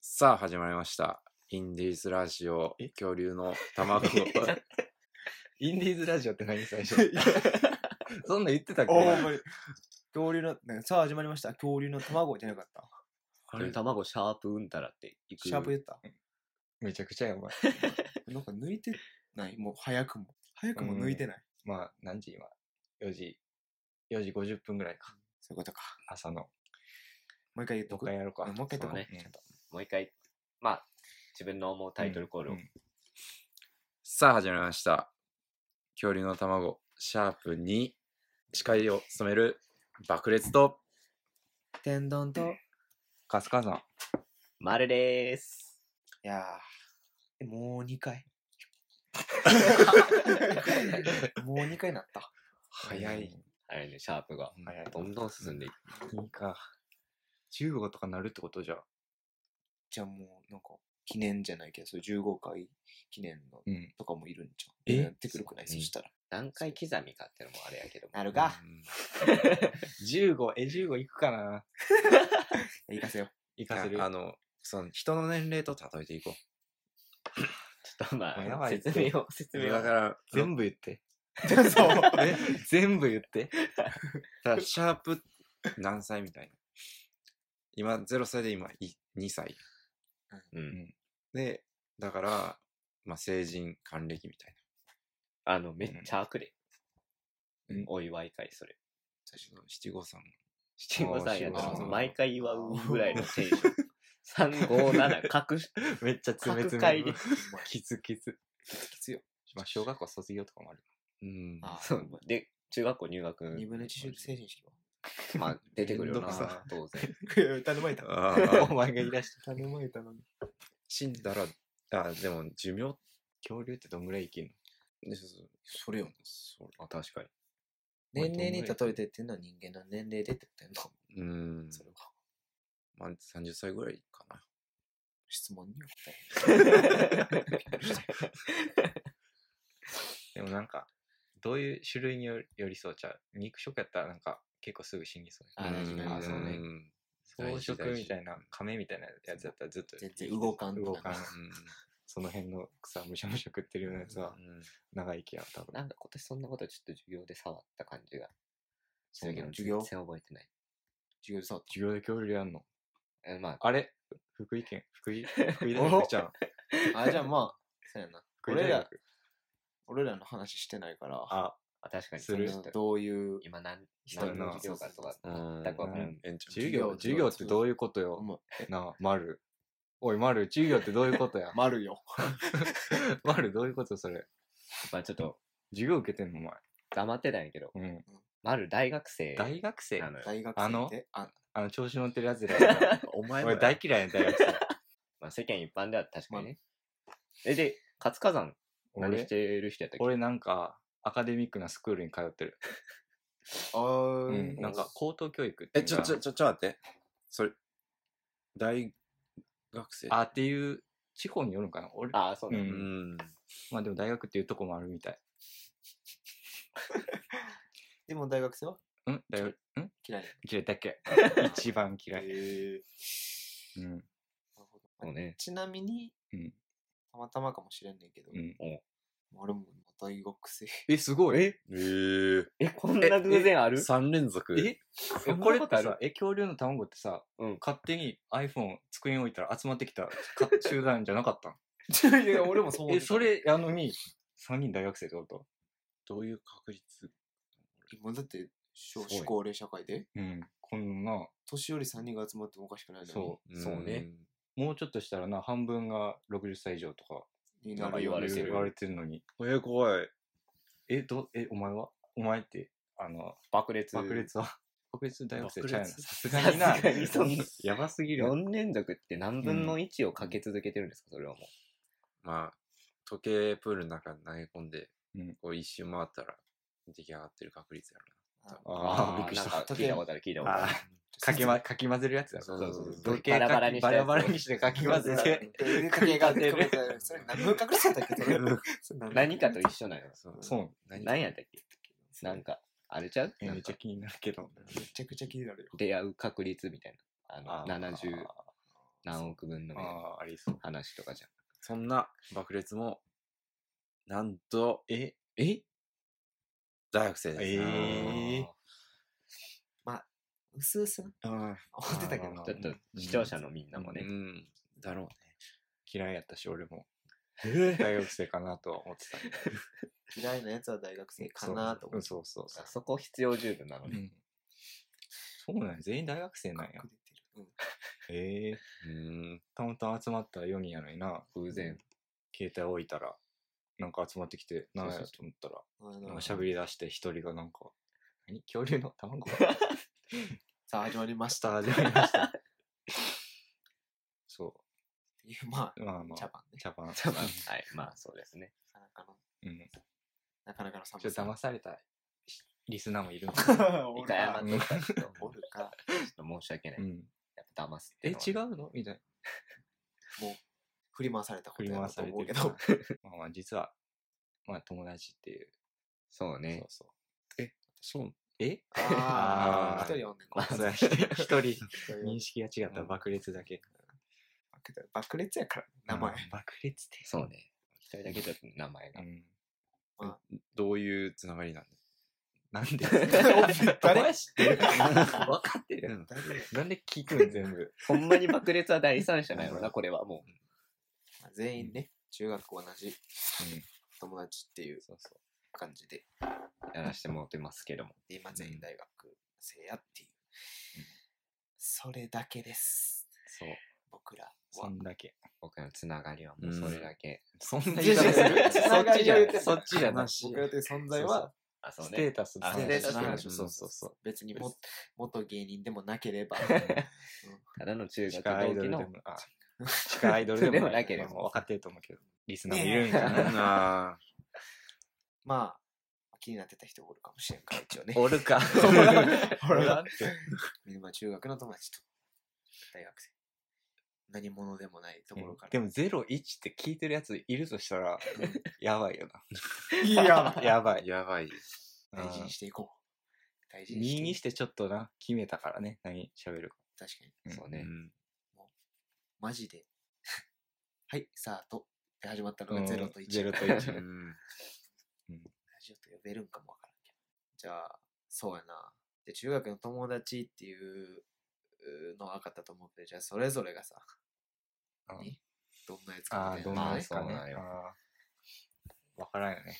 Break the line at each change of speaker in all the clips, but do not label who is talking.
さあ始まりました。インディーズラジオ
え
恐 竜の卵。
インディーズラジオって何最 初そんなん言ってたっけ
あほんまに恐竜の、ね、さあ始まりました。恐竜の卵じゃなかった。
あれ、卵シャープうんたらっていく。
シャープ言った。
めちゃくちゃやばい。
なんか抜いてない。もう早くも。早くも抜いてない。
まあ、何時今 ?4 時、4時50分ぐらいか。
そういうことか。
朝の。
もう一回言っ
どっか
とく。も
ら
う
やろうか。
一回言っとこ。
そううねもう一回、まあ、自分の思うタイトルコールを。
うん
さあ始まりました。恐竜の卵、シャープ2。司会を務める爆裂と、
天丼と。い
カスカさん。
まるでーす。
やーえもう2回。 もう2回なった。
早い。
あれね、シャープが。
早い。
どんどん進んでいく。
いいか。15とかなるってことじゃ。
じゃあもう、なんか、記念じゃないけど、そういう15回記念の
うん。
とかもいるんじゃん。
え
やってくるくないそ
そうね
したら。
何回刻みかってのもあれやけども。
なるか。
15、え、15いくかな
行かせよう。
いかせ
うん
る
あ。あの、その人の年齢と例えていこ
ちょっとま
もうや
あ、
ばいって
説明を、説
う。
明
だか
を。
ら、
全部言って。
そう。
え全部言って。
ただシャープ何歳みたいな。今、0歳で今い2歳。
うん。
で、だから、まあ、成人、還暦みたい
あの、めっちゃ悪で
うん。
お祝い会、それ。
な。七五三。
七五三やった
あ
ら、
ー
もう毎回祝うぐらいのテンション。三五七各
めっちゃ詰め
各
詰
回
め
で。。
キツキツ。
きついよ。
まあ、小学校卒業とかもある。
うん。
あ
そ
そう
で、中学校入
二
学、
分の一成人式は。
まあ、出てくる
め
よ
んどく
な
さ、
当然。
頼まれた。
あ
お
ー
前がいらして。
頼まれたのに。
死んだら、あ、でも寿命
恐竜ってどんぐらい生きるの
それよ。
そ
あ確かに。
年齢に例えてっていうのは人間の年齢でってことやんな
ううん。
それが
まあ、30歳ぐらいかな。
質問には答
でもなんか、どういう種類によ寄りそうちゃう肉食やったらなんか結構すぐ死にそう
あ
や
ー大事
うん
大事
あ
そうね
うん
な。
大
草
事
食みたいな、亀みたいなやつやったらずっと
え全然動かんと
動
か
か
ね
ん。その辺の草むしゃむしゃ食ってるようなやつは
うん
長生きや、多分。
なんか今年そんなことちょっと授業で触った感じがす
う
る
な
けど、
の授業
全然覚えてない。
授業でさ
授業で恐竜やんの。
えまあ、
あれ福井県、福井、福井大学じゃん。
あじゃあまあそうやな
福井
俺
大
ら
学。
俺らの話してないから
あ、
あ確かに
する
そんな
どういう
今何、
人
何
の
の授業かとか。
うん
全くわからん。
園長
授業、授業ってどういうことよ。
も
なあ、丸。おい、丸、授業ってどういうことや
う。丸よ
丸、どういうことそれ。
まあちょっと
授業受けてんの、お
黙ってたんやけど、
前。うん。
まる大学生
大学生
なのよ。
大学
あ
生
の
であ
あの、調子乗ってるやつらやな。
お前
俺大嫌いやん、大学 生。
まあ世間一般では確かにね。え、で、活火山、何し
俺
てる人やったっけ
俺なんか、アカデミックなスクールに通ってる。
あー
うん。なんか、高等教育って
え、
いう
ち
か
ょ、ちょ、ちょ、ちょ、待って。それ、大学生
あっていう、地方によるんかな俺、
ああ、そうな
う
う
の。
んん。
まあでも大学っていうとこもあるみたい。
でも大学生は
うん大学、ん
嫌い
嫌いだっ け一番嫌い。
え
うん。
そうね。
ちなみに
うん
たまたまかもしれんねんけど
うん。
俺も大学生
え、すごい。え、
えー、
え、こんな偶然ある
3連続。
え
そんな
これっ
こと
て
ある
さ、え、恐竜の卵ってさ、
うん
勝手に iPhone 机に置いたら集まってきたか集団じゃなかったん
いや俺もそう思っ
え、
てた
それやのに、3人大学生ってこと
どういう確率
今だって少
すご
子
い
高齢社会で
うん。こんな、
年寄り3人が集まってもおかしくないのに
そ
そうね。
もうちょっとしたらな、半分が60歳以上とか
に
な
なん
か
る
言
よ
われてる
言われてるのに。
うん。えー、怖い。
え、ど、え、お前はお前って、あの、
爆裂。
爆裂は爆裂大学生ちゃうやん
爆裂
さすがにな
さすがにそ んな。
やばすぎるやん。
4連続って何分の1をかけ続けてるんですか、それはも
まあ、時計プールの中に投げ込んで、
うん
こう一周回ったら、出来上がってる確率やろ
あ
う。
ああ、
ー
びっくりし
な
た。
んか聞いたことある、聞いたことあ
あ
る。
ーかきま、かき混ぜるやつだ。
そうそうそう
時計
バラバラにした
バ
や
ラ
つ
バラにしてかき混ぜて。
家計が出る。それ何の隠しだった っけそれそれの
何かと一緒なのよ。
な。。
そうう。
何
何やったっけなんか、あれちゃう
え
な
め
ん
っち
か
ゃ気になるけど。
めちゃくちゃ気になるよ。
出会う確率みたいな。あ
あ
の、
ー
70何億分の
ああ、ありそう。
話とかじゃん。
そんな爆裂も、なんと、
え
え
大学生です。
えー
うすうすな
あ
思ってたけど
あ
な
ー
ちょっと視聴者のみんなも
う
ね、
ん、だろ
嫌いやったし、俺も。大学生かなとは思ってた。
嫌いなやつは大学生かなと思
う
っ
ん
て。
そうそうそ
あそこ必要十分なの
う。
ね。
そうなんや全 員大学生なん
隠れ
や
て。る。
ええ
うね。うん。
たまたま集まった4人やのにな、
偶然。
携帯置いたら、なんか集まってきて、なんやと思ったら、
うん。あ
なん
の
か喋り出して一人がなんか、何恐竜の 卵
さあ、始まりまし
ス
た。
ターじゃないま した。そ
ま
う、まあ
あ、
ま
茶
あ、
番ね。
茶番。
まあはい、まあそうですね。
なかなかの、
うん。
なかなかの寒
ちょっと
さ。
騙されたリスナーもいるの
一
おる
回
か
謝っとかないと、ちょ
おるか。
っと申し訳ない。
うん。
やっぱ騙すって
え、
いう
違
のは
うのみたいな。
もう、振り回された
振
こと
り
や
回
なと
されて
思う
る
け
から
ど。。
まあまあ、実は、まあ友達っていう。
そう
そ
ね
う。そう。え、そう。えあ
ああ、
ー
一人おんねんこいつ
それは一人一人、
一人おんねん
認識が違った
うん
爆裂だけ。
爆裂やから、名前。
うん爆裂って。
そうね。一人だけだと名前
う
が。
ん。
どういうつなが りなんで
なん で
誰
誰知ってる分かってるやん。
誰
なんで聞くん全部。
ほんまに爆裂は第三者な のな、これはも
まあ全員ね、中学校同じ
う
友達っていう
そうそ
感じで、
う。やらしてもらってますけども。
で今全員大学生やっていう。それだけです。
そう。
僕らは。
そんだけ。
僕のつながりはもうそれだけ。
そん
な
な
言い方する
そっちじゃ
繋がりを言ってんだ
そっちじゃなし。
僕らという存在は、
あ、そう
ステ
ね。
ータス
あ
そう
ステー
そ
タ
う
スの話
そうそうそう。
別に
う
も
ん
元芸人でもなけれ ば、
ただの中
地
学
下アイ
同
ド
期
ルで
の
も、あ地下アイドルでも
でもなけれ
れ
ば
ば分かってると思うけど、リスナーもいるんか
すか、
な。
あ
まあ、気になってた人おるかもしれんから、一 応ね。
おる か。
ほら
って。
みんな中学の友達と、大学生。何者でもないところから。
でも、01って聞いてるやついるとしたら、やばいよ
い や
な。やば
あ、
い。
やばい。
大事にしていこう。大事にして
2にしてちょっとな、決めたからね、何喋るか。
確かに。
うん
そう
う
ね。
ん。
マジで。 はい、さあと。で始まったのが0と1。
0と
ラ
う
1。
ん
ジオと呼べるんかもわからんけど。じゃあ、そうやな。で、中学の友達っていううーのは分かったと思うけど、じゃあ、それぞれがさ、
うん
どんなやつか
あ
み
あ、
た
ど
い
んな
なの
ん
ね
ですかね
あーそうなん。よ
あーわからんよね。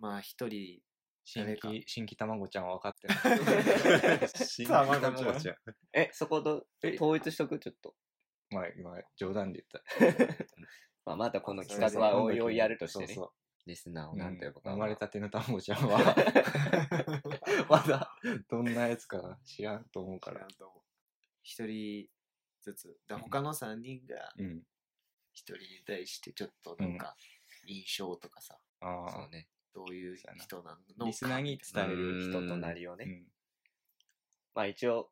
まあ、一 人、
新
誰か
規、新規卵ちゃんは分かってない。
新
さあまこちゃ ん
卵ちゃん
え、そこと統一しとくちょっと。
まあ、今、冗談で言っ
まあ、またこの
た。
企画はおいおいやるとし
そ
てね
う。そう
リスナー
う
を
ん
なんと呼ぶかは。
生まれたての卵ちゃんはまだどんなやつか知らんと思うから
知らんと思う一人ずつ。だ他の3人が
うん
一人に対して、ちょっとなんか、印象とかさ、
あ
そ
あ
うね。
どういう人なのか。
リスナーに伝える
人となりを
う
ね。
ん
まあ、一応、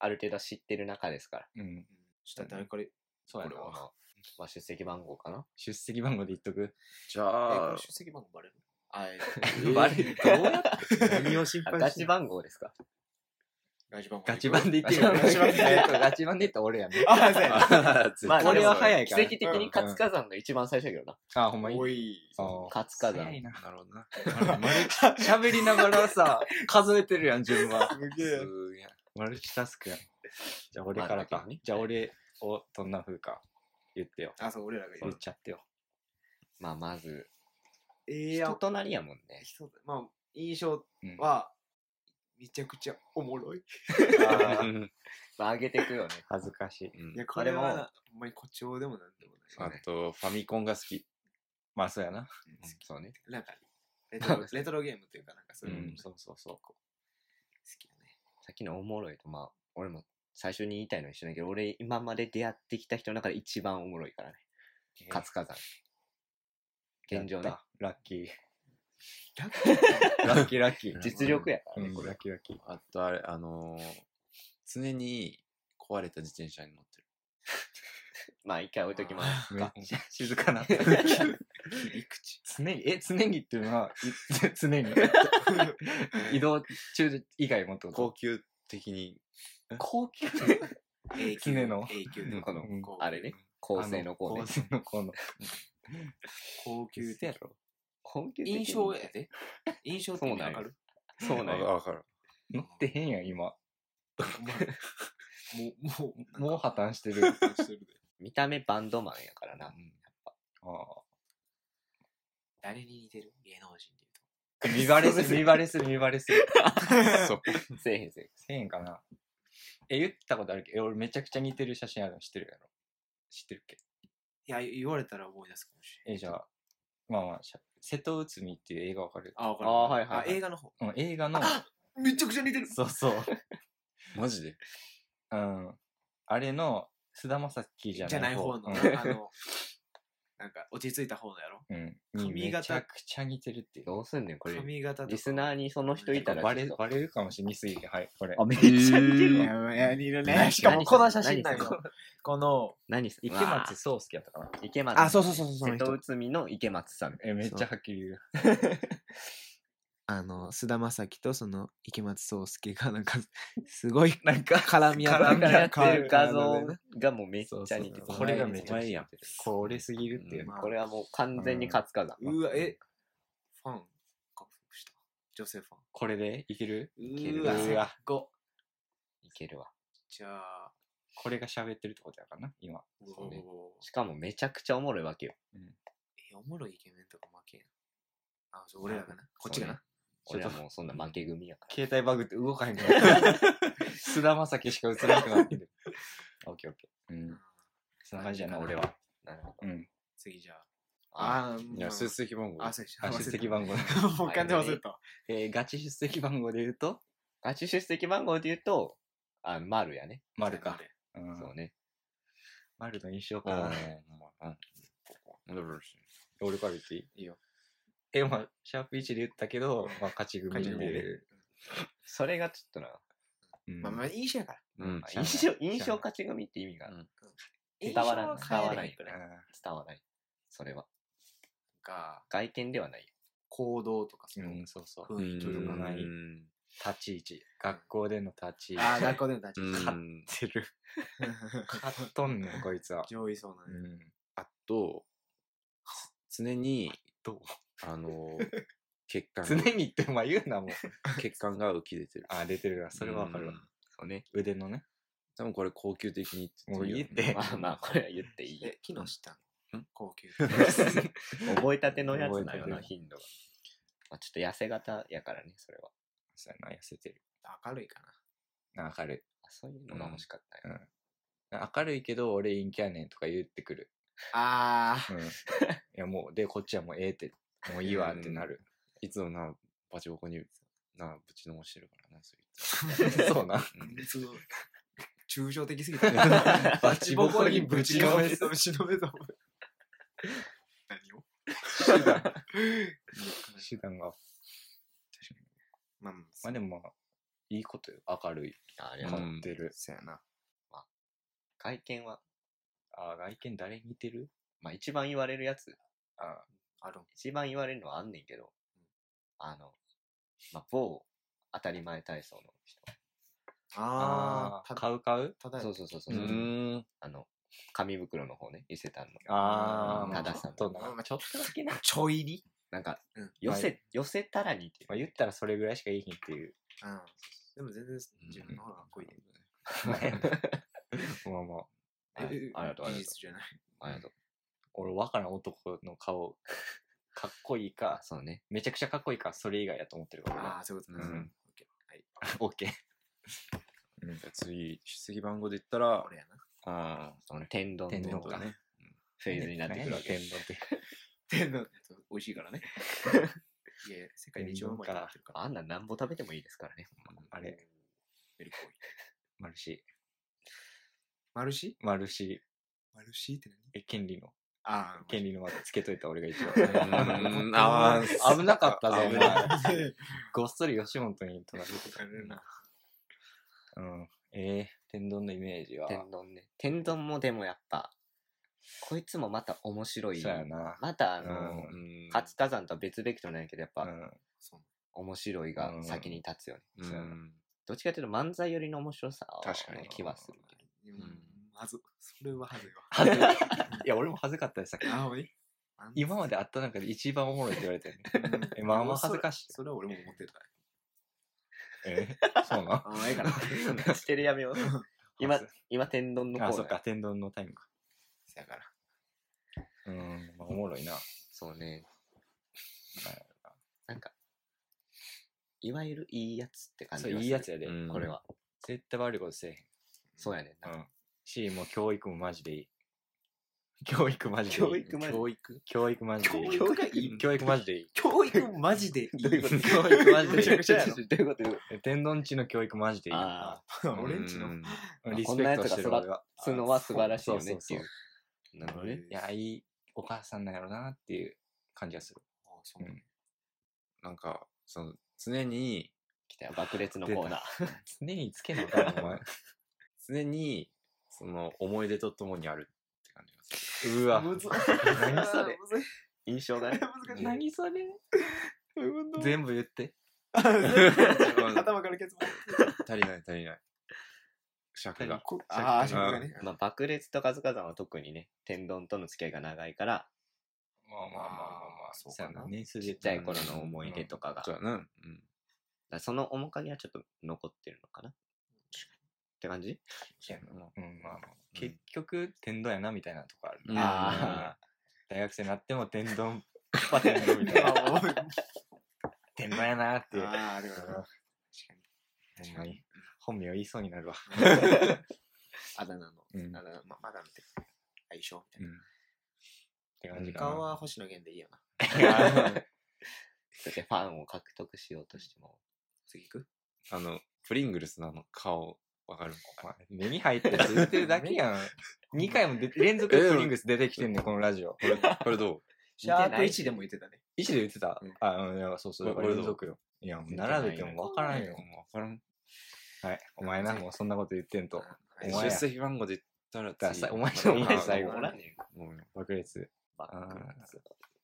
ある程度知ってる中ですから。
うん
うん。ちょっと誰から、
そうや
これ
な
は
まあ、出席番号かな。
出席番号で言っとく
じ
えこ
ゃ あ
れ、出席番号バレるのあ、え
えー
バレるどうやっ
何を心
あ
配
ガ
し
チ
て
番号ですか
ガチ番号
ガチ番で言ってる
ガチ番で
えっとガチ番で言ったら俺やね
あ、そうやな。
あ
まあ
これは早
い。
い
奇
から
跡的に活火山が一番最初だけどな。
あほんまに
おい。
あー
活火
早い
山。
な
なるほどな。
喋りながらさ数えてるやん自分は
すげえ。
すげえ。
マルチタスクやんじゃあ俺から
まあだ
か
けどね
じゃあ俺をどんな風か言ってよ
あ、そう、俺らがい
言
る
っ。ちゃってよ
まあ、まず、
ええや
人
ん。
となりやもんね。
人まあ、印象
うん
は、めちゃくちゃおもろい。
あー
まあ、上げていくよね。
恥ずかしい
いや、こ
こ
れ
れも
は、ほんまに誇張でもなんでも
あ
ない。
と、ファミコンが好き。
まあそうやな
そうね。
なんか、レトロレトロゲームというか、なんかそうういうの
ん
好
そうそうそう
きよね。
さっきのおもろいと、まあ、俺も最初に言いたいのは一緒だけど、俺今まで出会ってきた人の中で一番おもろいからね。活火山。現状ね
やっ。た。ラッキー。
ラッキー
ラッキーラッキー。
実力やから
う
ね、
ん、
こ
ラ
れ
ッ。キーラッキー。
あと、あれ、あのー、常に壊れた自転車に乗ってる。
まあ、一回置いときます。
めっちゃ静か な。
切り口。
常に、え、常にっていうのは、い 常に。移動中以外もってこ
高級的に、
高級
永久
常の
永久
この
うん
こう
あれね構成の構
構
成
成のこの。
高級
や
的
ろ本気
印象やで印象って意味わかる
そうなんよ
わ かる。
乗ってへんやん、今。
お前もうもう
もう破綻してる。
綻してるで
見た目バンドマンやからな
ああ。
誰に似てる芸能人で
見バレする、見バレする、見バレする。
そう。
せえへんせえへん
せえへんかな。え、言ったことあるけど、え俺めちゃくちゃ似てる写真あるの知ってるやろ。知ってるっけ
言うといや言われたら思い出すかもしれ
え、じゃあ、まあまあ、しゃ瀬戸内海っていう映画わかる
ないあわかる
あーはいはいはい
あ映画の方
うん、映画の、
めちゃくちゃ似てる
そう そう。
マジで
うん。あれの、菅田将暉じ
じ
ゃ
ゃ
な
ないい
方
方のなあのなんか落ち着いた方のやろ
うん。
髪
に
型
めちゃくちゃ似てるっていう。
どうすんねんこれ
髪型とか
リスナーにその人いたら
バ
ち
レ
ょっと
バレるかもしれないすぎて、はい、これ。
あめっちゃ似てるわ
え
いやいる
何
ねしかもこの写真なん
何
よこの
何す
池
うわ
松壮亮やったかな。
ー池松
あそうそうそうそうその
瀬戸
人
内海の池松さん
え、めっちゃはっきり言う。
あの菅田将暉とその池松壮亮がなんかすごい
なんか、
絡み合
絡み合
や
っ
ってて
る
る画像
体でね
がもうめっち
そう
ゃ
そう
似てる
これがめちゃく
お前
ちゃ
や
似
ん
てる。これすぎるっていううんね。
これはもう完全に活火山
うわえファン獲得した女性ファン
これでいける
ける
うわ最高
いけるわ
じゃあ
これが喋ってるってことやからな、今。
そうね
うおー
しかもめちゃくちゃおもろいわけよ
えおもろいイケメンとか負けやなあそう俺らかなこっちか
そ
な
ちょっ
俺
と
はもうそんな負け組やから
携帯バグって動かへん から。菅田将暉しか映らなくな ってる。オッケーオッケー。うん。そんな感じやな、俺は。
なるほ
う
ど
ん。
次じゃあ
あ
あー
い
ま
や、
あ
出席番号
あ。そうでした
あ
忘れた
出席番号。
もう完全忘れた
えー、ガチ出席番号で言うと、
ガチ出席番号で言うとあ丸やね
丸か。うん
そうね
丸の印象かな。
ああ。
俺から言っていいいいよ。え、まあ、シャープ1で言ったけど、まあ、勝ち組
勝
で
ち組で
それがちょっとな
うん
まあまあ印象やから
うん
まあ。
しゃあない
印象
しゃあない
印象勝ち組って意味が
うん
伝わらん
印象は変えれへんく
う
らいなん
ん
伝わらないそれは
か
外見ではないよ
行動とかその
うん、そうそう。
雰囲気と
届
か
かない
うん
立ち位置。学校での立ち位置。
ああ学校での立ち位置
う
か
っ
ん
てる。勝っとんね ん、こいつは。
上位そうな
うん
や
ん。
あと、つ常に、
どう
あの、 血管
常
が、
にって、まあ言うな、もう。
血管が浮き出てる。
あ、出てるな。それはわかるわ
う。ん
そうね
腕のね。
多分これ高級的に
もういいっ
言
て。
まあまあこれは言っていいよ
え昨日知ったの
ん
高級
覚えたてのやつだよ
覚えたての
な頻度が、まあ、ちょっと痩せ型やからねそれは
そうやな、痩せてる。
明るいかな
あ明るい。
あそういうのが欲しかったね、
明るいけど、俺陰キャやねんとか言ってくる。
あ
うん。いや、もう、で、こっちはもうええって、もういいわってなる。
いつもな、バチボコに、な、ぶちのもしてるからな、そういった。
そうな。
あすごい抽象的すぎた
バチボコにぶちのめす
ぶちのめた何を
手段が。
まあま
まあでもまあ、いいことよ。明るい。
あれ
変
は、
う
わ
ん
ってる。
そうやな
外見は、
あ、外見誰に似てる
まあ、一番言われるやつ
あ、
あるん
一番言われるのはあんねんけどあの、まあ、某当たり前体操の人
あ
ー
あ
買う買う
ただ
そうそうそうそうう、
ーん。
あの紙袋の方ね伊勢丹の
あ
う
あ、
ん
まあ
ただ
ち
さ
ょ
ん
っとな。
まあ
まあちょっとだけな。
ちょいに
なんか、
うん
寄せ、
は
寄せたらにっていう
まあ言ったらそれぐらいしかいいひんっていう。
うんでも全然自分の方がかっこいいね
まあまあ、
あ
え
ありがとうあ
技
りがと
術じゃない。
うありがとう
俺わからん男の顔、かっこいいか、
そうね
めちゃくちゃかっこいいか、それ以外やと思ってるから
あ
な。
あ、そういうこと
う
なんんですね。
オッケー。
うんじゃあ次、出席番号で言ったら
オッケーはい。、俺やな。
ああ、
その天丼
天
天
の
丼
皇
か
だね。
フェーズになってくるわけ
天丼って。
天の美味しいからね。 いや、世界で一番うまいと思ってるから。
あんなんなんぼ食べてもいいですからね
あれ、
メルコイ。
マルシ
マルシ
ー。マルシ
マルシって何
ー。え、権利の。
ああ、
権利のまでつけといた俺が一
う
番。
んああ、
危なかったぞ、お
危
前
ない。
ごっそり吉本に取られて
あれな。
た。うん。えー、天丼のイメージは。
天丼ね天丼もでもやっぱこいつもまた面白い
そうやな。
またあ
う
の、
ん
うん
活火山とは別ベクトルなんやけどやっぱ、
うん。
そう
面白いが先に立つよね、
うん
そうや
どっちかっていうと漫才よりの面白さは
確かに
気はするけど
うん
ん
まず、それははずいわ。
はず いいや、俺も恥ずかったです。さっき
あ、ほい。
今まで会った中で一番おもろいって言われて、ね、えまあまあ恥ず かしい
それそれは俺も思ってた。
えそう な
あ、ええか な。
捨てるやめ よう。今、今、天丼の
のあ、
コー
そ
ナ
っ
ー
か、。天丼のタイムか。
せやから。
うん、まあ、おもろいな。
そうね。
ま
なんか、いわゆるいいやつって
あ
感じ
そ
が
う
する。
いいやつやで、
うん
これは。
絶対悪いことせえへん。
そうやねんな。
うん。し、もう教育もマジでいい。教育マジでいい。
教育マジ
教育教育マジでいい。
教 育
いい教育マジでいい。
教育マジでいい。
どういうこと
教育マジでいい。
めちゃくちゃや
ち
ろ。どういうことどういうこ
ょ天丼地の教育マジでいい。
あ
俺んちの。
うん
あ
リスペクトしてる
こんなやつが育っ
俺は。
とするのは素晴らしいよねってい。
そう
なるほどね。
いや、いいお母さんなんやろなっていう感じがする。
あそうなんだ
なんか、その、常に、
来たよ。爆裂のコーナー。
常につけなあかんのお前。
常に、その、思い出とともにあるって感じがす
うわ。
むず
何それ
あーむずい
印象だね。
難しい。
何それ全部言って。
あ全 部頭からケツまで
る。足りない足りない。尺が。
こああ、足元がね。
まあ、爆裂とカズカさんは特にね、天丼との付き合いが長いから、
まあまあまあまあまあ、
そうかな
そうや年数で
ちっちゃい頃の思い出とかが、
そう
だか
やな。うん。
らその面影はちょっと残ってるのかなって感じ
そうやな
うん
うん、まあまあ、
うん
結局、天丼やなみたいなとこある。
うん
あ
大学生になっても天丼、 パ天丼みたい な。
あ
天丼やなっ
ー
て。
あー、でもな
ほ
確かに。
んまに。本名言いそうになるわ。
あだ名の、
うん
あだ名、ま、まだみたいな。相性みたいな。
って感じかな。
顔は星野源でいいよな。
そしてファンを獲得しようとしても。
次行く
あの、プリングルスのあの顔、わ かる
お前目に入ってるって言ってるだけ やん。2回もで連続でプリングス出てきてんねん、このラジオ。
これ、これどう
シャープ1でも言ってたね。
意思で言ってた
うん
あ、うんいや、そうそう、だから
俺
連続よ。いや、もう並べてもわからんよ。
わからん。
はい。お前な、もうそんなこと言ってんと。お前
出
や
席番号で言ったら
ださお前じゃんお前最後
あ
おらんねん
ごめん
爆裂。
バック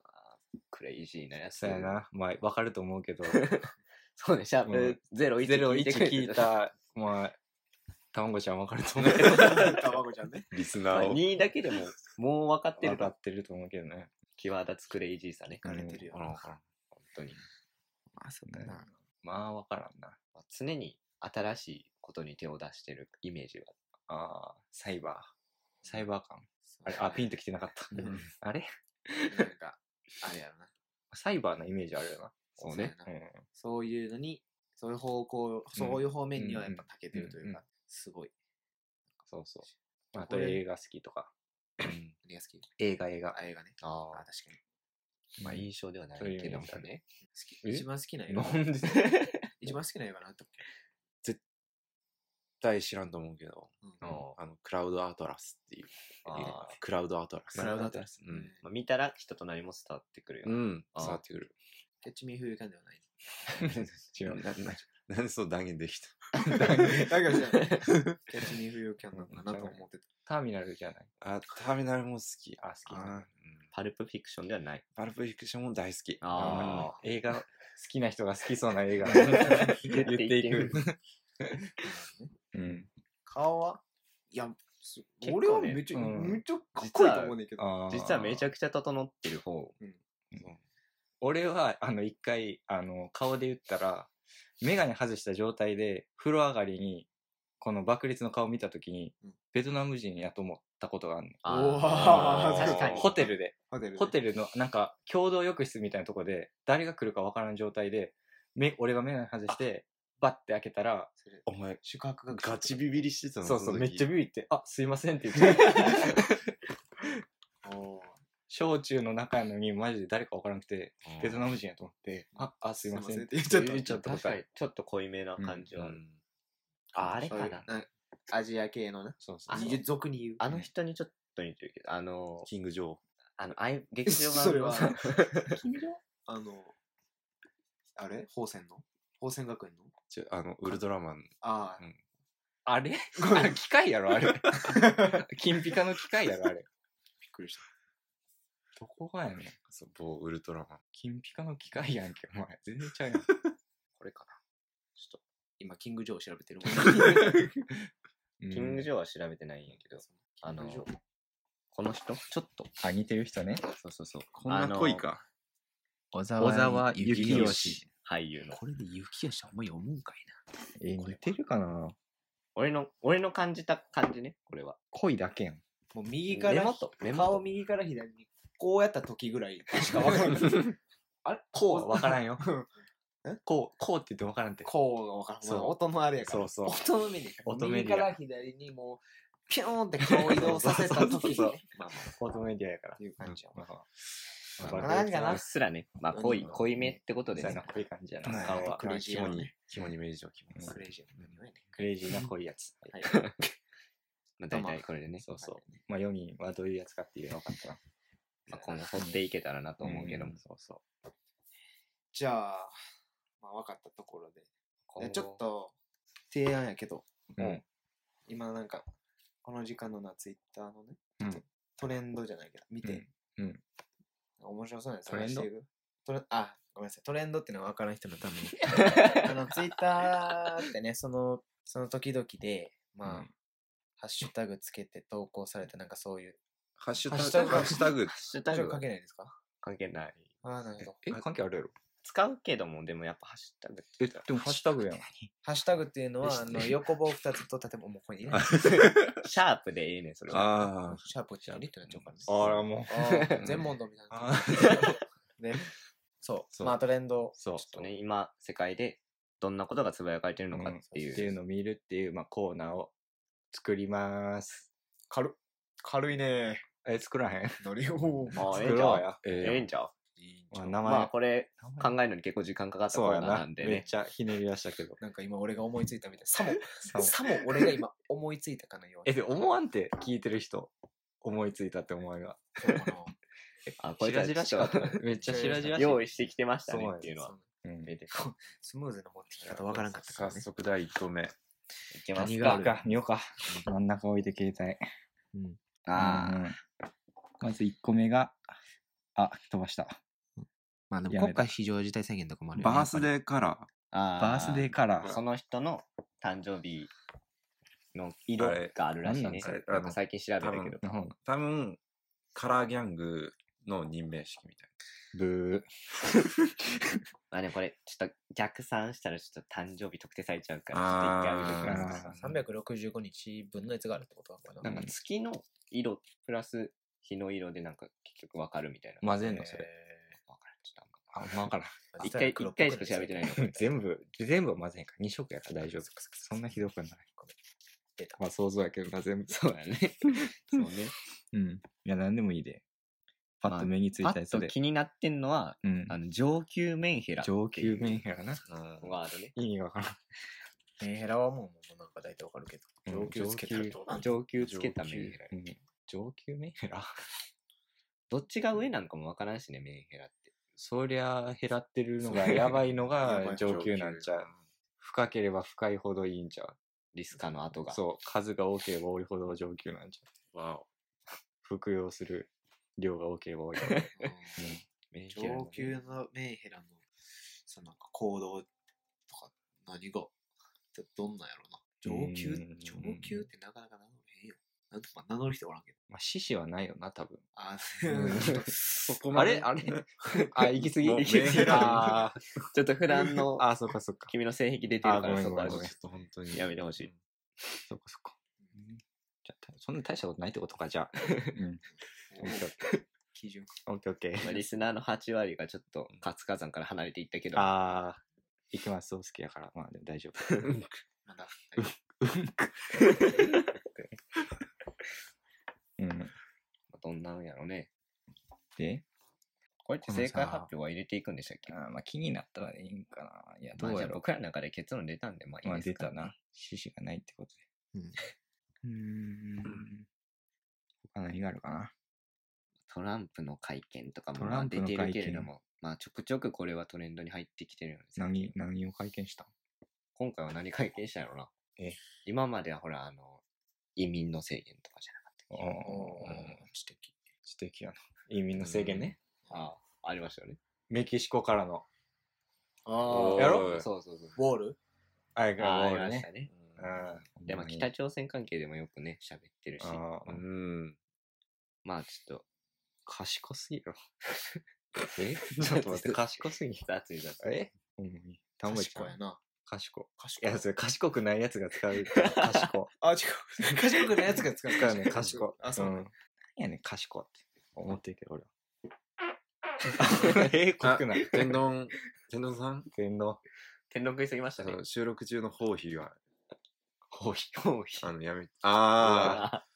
あ
クレイジーなやつ。
そうやな。まあ、わかると思うけ ど。
そうね、シャープ01
ゼロ
聞いて
一
くれて
聞いた、まあ、たまごちゃんわかると思うけ ど。
たまごちゃんね。
リ ス
ま
ナ
あ
ーを。
2だけでも、もう分かって
わ
る
か
から。
ってると思うけどね。
際立つクレイジーさね。
かれてるよ
わ。からんわからん
本当に。
あ、そう
だ
だ
な
な。
まあ、わからんな。
まあ常に新しいことに手を出してるイメージは。
ああ、サイバー。サイバー感。あれ、あ、ピンときてなかった。
うん
あれ
なんか、あれやろな。
サイバーなイメージあるよな。
そうね
ん。
そういうのに、そういう方向、そういう方面にはやっぱ長けてるというか、すごい。
そうそう。
これ
あと映画好きとか。
何が好き
映画映画。
あ、映画ね。
あ
あ、
あ
確かに。
まあ印象ではない
そういう
けど
意味だ
ね。
好き。
え
一番好きな映
な
画。
んで
一番好きな映画なんだったっけ
絶対知らんと思うけど、
うん
あ
あの、クラウドアトラスっていう。映画
あ
クラウドアトラス。
クラウドアトラス。
うん
まあ、見たら人となりも伝わってくるよ。
うん。
あー
触ってくる。
キャッチミーフー感ではない。
違
な
う。
ななんでそう断言できた
だけどじゃない。キャッチミーフーキャンなのかなと思ってた。
ターミナルじゃない。
あ、ターミナルも好き。
あ、好き。
あ
パルプフィクションではない。
パルプフィクションも大好き。
あ
あ映画、好きな人が好きそうな映画。言っていく。うん。
顔はいや、す
結構ね
俺はめっちゃ、
うん
めっちゃかっこいいと思うねんけど。
あー
実はめちゃくちゃ整ってる方。
俺は、あの、一回、あの、顔で言ったら、メガネ外した状態で、風呂上がりに、この爆裂の顔見たときに
うん、
ベトナム人やと思ったことがあるの。
あ
お
ー
ー
確かに。
ホテルで。
ホテル。
ホテルのなんか共同浴室みたいなとこで誰が来るかわからん状態でめ俺が眼鏡外してバッて開けたら
それ
お前、
宿泊が
ガチビビりしてたの
そうそうめっちゃ
ビ
ビビって「あすいません」って言って
おー
小中の中やのにマジで誰かわからなくてベトナム人やと思って「
うん
ああすいません」って
すいませんって
言
言
っ
っ
ち
ち
ゃ
ゃ
っ
ったた
こ
確
とあ
かに
る。、
ちょっと濃いめな感じはある。あ、あれ
そうい
か
う
な。
んアジア系のな。
そうそう
あ
そう
の
俗に言う。
あの人にちょっと似てるけど、あの、
キング・ジョー。
あの、あい劇場版の
それは、あの、あれ宝泉の宝泉学園の
ちょあの、ウルトラマン。
ああ、
あれ あれ機械やろあ れ金ピカの機械やろあれ
びっくりし
どこがやねん
そう、某ウルトラマン。
金ピカの機械やんけお前全然ちゃ うやん
た。これかな。ちょっと、今、キング・ジョーを調べてるもん。
うん
キング・ジョーは調べてないんやけど、あの
キングジョー、
この人ちょっと。
あ、似てる人ね。
そうそうそう。
こんな濃い
あの。
か。
小
小沢
沢幸
幸
義。
義俳優の。
これで幸義あんま読むんかい
え、似てるかな
俺の、俺の感じた感じね、これは。
恋だけやん。
な。もう右から
根元根元
顔右から左にこうやった時ぐらいしかわ からない。あれ
こうは分からん
よ。
よ。こう、こうって言って分からんって。
こうがわからん。
そう
まあ音のあれやから。
そう
音の目で。
音目で
右から左にもう、ピョーンって顔移動させた時
そうそう
に
そうそう
ね。まあまあ、
オートメディアやから
って。いう感じやも
ま
ん。
あ
なんか
う
な
っすらね、まあ濃い、濃いめってことで
そうや
ね
な、。濃い感じやな
は。い
顔は。
クレイジーや
肝
ね
に
肝に明治を決め
クレイジーな匂いね。
クレイジーな濃いやつ。
はい。
まあ大体これでね、
そうそう。まあ4人はどういうやつかっていうの分かったな。
まあ、今後掘っていけたらなと思うけども。
んそうそう。
じゃあ、まあ分かったところで。
今
で
後
ちょっ、と、提案やけど、
うん。
今なんか、この時間のな、ツイッターのね、
うん
ちょっとトレンドじゃないけど、見て、
うんうん
面白そうなやつ
トレン
探し
ド
ていくトレあ、ごめんなさい、トレンドっていうのは分からん人のために。 あの、ツイッターってね、その、その時々で、まあ、
うん
ハッシュタグつけて投稿された、なんかそういう、
ハッシュ
ハッシュタ
タ
グ
グ、ハッシュタグ
ハッ。シュ
大
タ
丈
グ
夫
は
かけないですか
関係ない。
ああ、なるほど。
え、関係あるやろ
使うけども、でもやっぱハッシュタグって
え、
言ったら。
でもハッシュタグやん。
ハッシュタグっていうのは、
よし
あの横棒2つと、例えばもうここにね、
シャープでええねん、それは。
あ
シャープチャリってなっちゃうからね。
あら、もう。
ああ、全問答みたいな
あ。あ。
ね。そう。
そう
まあトレンド。
そう。
ちょっとね、今、世界でどんなことがつぶやかれてるのかってい
っていう
う。
のを見るっていう、まあ、コーナーを作ります。
軽軽いね。
え、作らへん
ノリを。
まあ、ええ
作
んちゃ
ろう
う。
や。
ええ
え
んちゃう。
まあ、名前、
まあ、これ、
名
考
前
えるのに結構時間かかったコ
そう
ー
や
ナーな。
なん
で
めっ
ね。
ちゃひねり出したけど。
なんか今俺が思いついたみたい。さ
も
も、さも俺が今思いついたかのよう
え、
に。
で、思わんって聞いてる人。思いついたって思いが。
そうなの
あ、これじゃ
白々しかったね めっちゃ白々しい
用意してきてましたね
そうなん
って
で
い
す
うのは。
うん。
ええでい
スムーズな持ってき方わからんかったから
早
ね。
速第1投目。
けます
何が
バ
ある
カ、見ようか。真ん中置いて携帯。
あー
うんまず1個目が、あ、飛ばした。
まあで
やめた
非常事態宣言とかもあ
バースデーカラ
あ。
バースデーカラ
そ
ー。
の人の誕生日の色
あれ
があるらしいね
なんなん。
なんか最近調べたけど。
日本
ー。多分、カラーギャングの任命式みたい
ブ
まあね、これ、ちょっと逆算したらちょっと誕生日特定されちゃうから、ち
あー
ょっと一回置いときます
ー。
365日分のやつがあるってことはこれ
な
なん
か月の色プラス日の色でなんか結局わかるみたいな。
混ぜんのそれ
わからん。ちょっと
あ、わからん。
あんま一回、一回しか調べてないの。
全部、全部は混ぜんか。2色やから大丈夫。そんなひどくはない。
出た
まあ想像やけどな、全部。
そう だね。そうね。
うん。いや、なんでもいいで。パッと目につい
あ
たやつ
と
で。
気になってんのは、
うん。
あの、上級メンヘラ。
上級メンヘラな。
な。
ワードね。
意味わからん。
メンヘラはもう、もうなんか大体わかるけど。
う
上
ん
級つけたらどうな
上
ん
級
だ
上級つけたメンヘラ。
うん上級メンヘラ
どっちが上なんかもわからんしね、メンヘラって。
そりゃ、減らってるのが やばいの
やば
が
い
上級なんちゃう。深ければ深いほどいいんちゃ
リスカの後
う。
が。
そう。数が多ければ多いほど上級なんちゃう。
わ
服用する量が多けれ ば多いほど。うん
うん
メンヘラのね
上級のメンヘラのそのなんか行動とか何がどどんなんやろうな上級
うん
上級ってなかなか名乗れへんよなんとか名乗る人おらんけど
まあ、獅子はないよな、多分。
あ
うん
ー
そこ
あ
ま
れ
で
あれ あ、行き過 ぎ
もう
行き
メン
過
ヘ
ぎ
ラ
あー
ちょっと普段 の
あー、そっかそっか。
君の性癖出てるか
あご
ら、
めん
そこ
ごめ
は
ん
ち
ちょ
ょっ
っ
と本当に。
とやめてほしい。
そっかそっか。じゃあ、そんな大したことないってことか、じゃあ。うん。
おー基準
オッケーオッケー。
まあリスナーの8割がちょっと活火山から離れていったけど、
ああ、池松壮亮やから、まあでも大丈 夫。
まだ
うん。
どんなんやろうね。
で、
これって正解発表は入れていくんでしたっけ
あーまあ気になったらいいんかな。いや、ど
まあ
う
じゃ
や
あ
ろ
僕らの中で結論出たんで、まあ
う。
い
まあ
いです
出
か、
たな。獅子がないってことで。うーん。他何があるかな。
トランプの会見とかも
ト
ま
ラ
あ
ンプ
出
の
てるけ
会
れ
見
ども、まあちょくちょくこれはトレンドに入ってきてるよね。
何、何を会見した
今回は何会見したんやろな。
え
今まではほら、あの、移民の制限とかじゃなかったっけ
のおー
知的
知的やな。移民の制限ね。
ああ、ありましたよね。
メキシコからの。
あ
おー
や
あ
ろ
そうそうそう。
ウォール
あれ
あ
がウ
あ
ォ
り
ール
まし
ね
た。ね。
うん。
で、まあ、
ほんまに
北朝鮮関係でもよくね、喋ってるし。
あー
う ん。まあ、ちょっと、賢 すぎろ。
えちょっと 待って、賢すぎる。
雑い雑い。
えほんまに。田んぼ
賢いな。
賢。い
賢い
や、。それ賢くないやつが使うから、賢。
あ、違う。賢くないやつが 使う。
使うね、賢。。
あ、そううんね
なん。やねん、賢って思ってるけど、 俺は。え、濃くない。
天丼、天丼さん
天皇。
天丼食いすぎまし
そ
たね。
の収録中の放費が、
ほひほひ。
あの、やめ、ああ、
あ。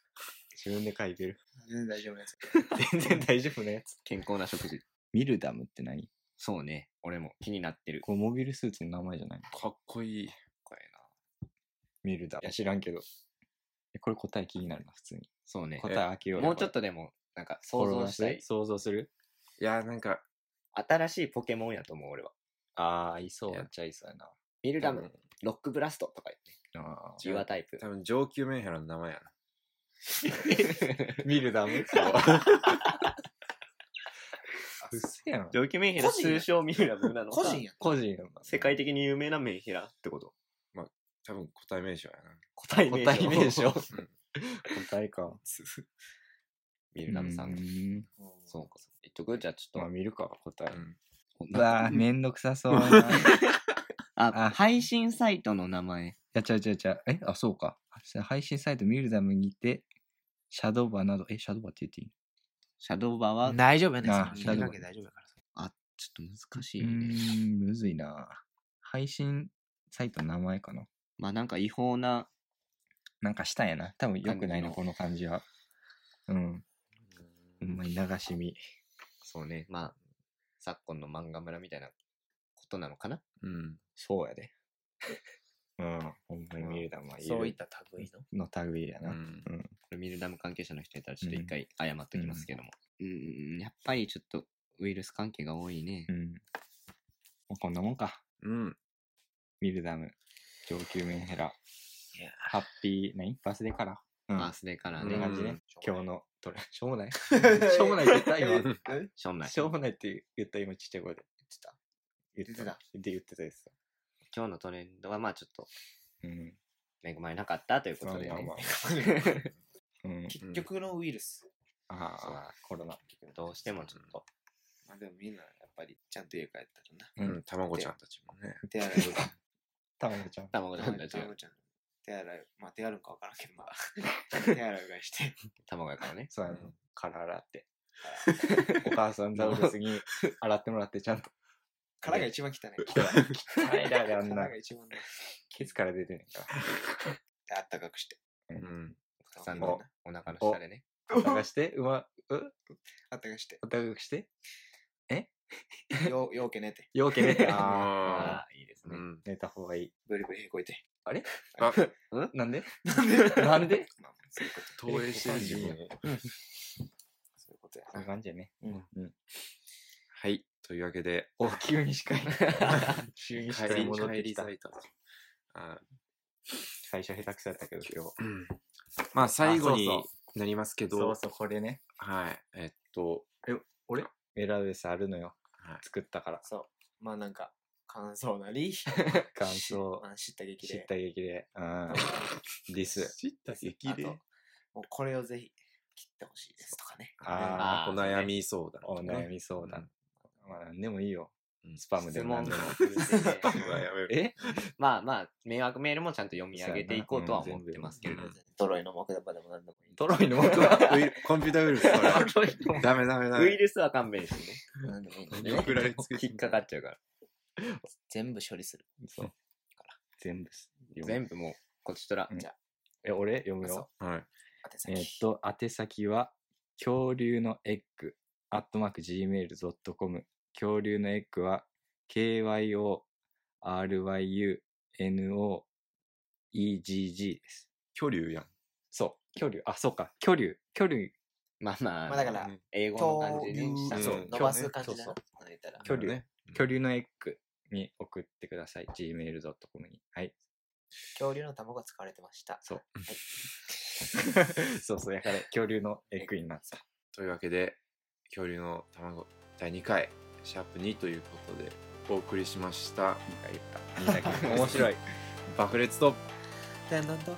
自分で書いてる。
全然大丈夫なやつ。
全然大丈夫なやつ。
健康な食事。
ミルダムって何
そうね。俺も気になってる。
こうモビルスーツの名前じゃない
かっこいい。
これな。
ミルダム。いや、知らんけど。えこれ答え気になるな、普通に。
そうね。
答え開けようよ
もうちょっ
こと
でも、なんか
れ
想像した
フォロワー
い
数。想像する
いやー、なんか、
新しいポケモンやと思う、俺は。
ああ、いそう
いや
っちゃいそうやな。
ミルダ
多
ム
分、
ロックブラストとか
あ
言って、岩タイプ。
多分上級メンヘラの名前やな。
ーミルダ ムうっせやん。
上級メンヘラ
個人や
通称ミルダムなのか
個人やん。
個人の
世界的に有名なメンヘラってこと
多分個体名称やな。
答え
個
名
体名称。
称
個体か。
ミルダムさんが。
ん。
そうか。言っとくじゃあちょ
ま
っ
あ見るか、答え
う。ん。
と。
うわあ、めんどくさそうやな。
あ
あ
配信サイトの名前。
やちゃうちゃうちゃう。え、あ、そうか。あ配信サイトミルダムにて、シャドーバーなど、え、シャドーバーって言っていい
シャドーバーは、
大丈夫やねん。
なあ
その人間関係大丈夫やから。
ちょっと難し
う
いね。
ーん、むずいな。配信サイトの名前かな。
まあなんか違法な、
なんかしたんやな。多分良くない
感じ
な、
の
この感じは。うん。ほんまに流し見。
そうね、まあ、昨今の漫画村みたいなことなのかな
うん。
そうやで。 うん、ほんまに見るだもん。
そういった類の。
の類や
う
な。
ん。
これミルダム関係者の人いたらちょっと
うん
一回謝っときますけども。うん、ん、やっぱりちょっとウイルス関係が多いね
う。ん。まあこんなもんか。
うん。
ミルダム、上級メンヘラ
いや、
ハッピー、何バースデーカラー。うん。
バースデーカラー
こんな
ね
う。
感じね。今日のトレ、しょうもない。
し
しょうもないって言った今。
しょうもない。
しょうもないって言った今ちっちゃい声で。言って
言ってた。
言ってた。で言ってたです。
今日のトレンドはまあちょっと
うん。
恵まれなかったということで
まあま
ね
あ。まあうん。
結局のウイルス。
あ
そう
あ、コロナ。
どうしてもちょっと。
まあでもみんなやっぱりちゃんと家帰ったらな。
うん。たまごちゃんたちもね。
手洗いを。
たまごちゃん。
卵ちゃんたち
手洗
が
い、手洗い、まあ手洗うんかわからんけど、ま あ手洗いがして。
卵やからね。
そうやね
うん。
から洗って。 お母さんザウルスに洗ってもらってちゃんと。
殻が一 番汚い。
いだよあんな
殻が一番ね。
ケツから出てんねんから。
であったかくして。
うん。
お母さん
お
のお腹の下でね。
探して、うま、う、
あったかくして。
お高くして。
よう、ようけ寝て。
ようけ寝て。ああ。
あ
ああ、いいです
ーう
ね。
ん。
寝た方がいい。
ブリブリへこいて。
あ、
なんで
なんで
なんで
まあ、そういうこと。
投影してる自分を。
そういうことや
こんな
な。
感じやね。
うん。
うん。
はい。というわけで、
お、急に司 会。急に司
帰り
会
戻
戻
っ
っててき
きた
た。。
あ
最初下手くそやったけど、今日。
うんまあ、最後に
あそう
なりますけど、
そうそう、これね。
はい。えっと、
メラウェスあるのよ。
はい
作ったから。
そう。まあなんか、感想なり、
感想
ま、あ、知った劇
知っ
で。
た激励。 うん。ディス。
知った
あと、もうこれをぜひ切ってほしいですとかね。
あ
お
ー
悩み相談
お
とかね。
悩み相談。まあ、なんでもいいよ。
うん
スパムで
質
も
問
何でも。
お悩み。
え
まあまあ、迷惑メールもちゃんと読み上げていこうとは思ってますけれども。
トロイの木馬でも何でもいい。
トロイの僕は。
ウイル コンピュータウイルス、そ れ。ダメダメダ
ウイ
メ。
ルスは勘弁してね。
何でもいい。
よくられつけて
引っかかっちゃうから。
全部処理する。
そう。 全部す。
全部もう、こちとら
う。ん
じゃあ
え、俺読む
そ
よ
う。
はい。
宛
え
先
ーっと、宛先は、恐竜のエッグ、アットマーク gmail.com。恐竜のエッグは、kyoruyunoegg です。
巨竜やん。
そう、恐竜、あ、そうか、恐竜、恐竜、
まあまあ、
まあだから
うん、
英語の感じにした
うん
そうう、伸ばす感じだ
そ
な
う。
そう言ったら
恐竜
ね。
恐竜のエッグに送ってください。gmail.com に。 はい。
恐竜の卵が使われてました。
そう
はい。
そうそう、やから恐竜のエッグになった。
というわけで、恐竜の卵第2回、シャープ2ということで、お送りしました。
みんな言った。みんな言った面白い。
爆裂と
手
片山と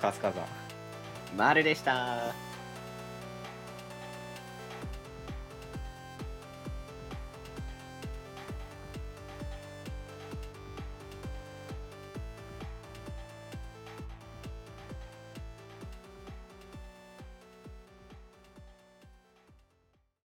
カツカザン。
マルでした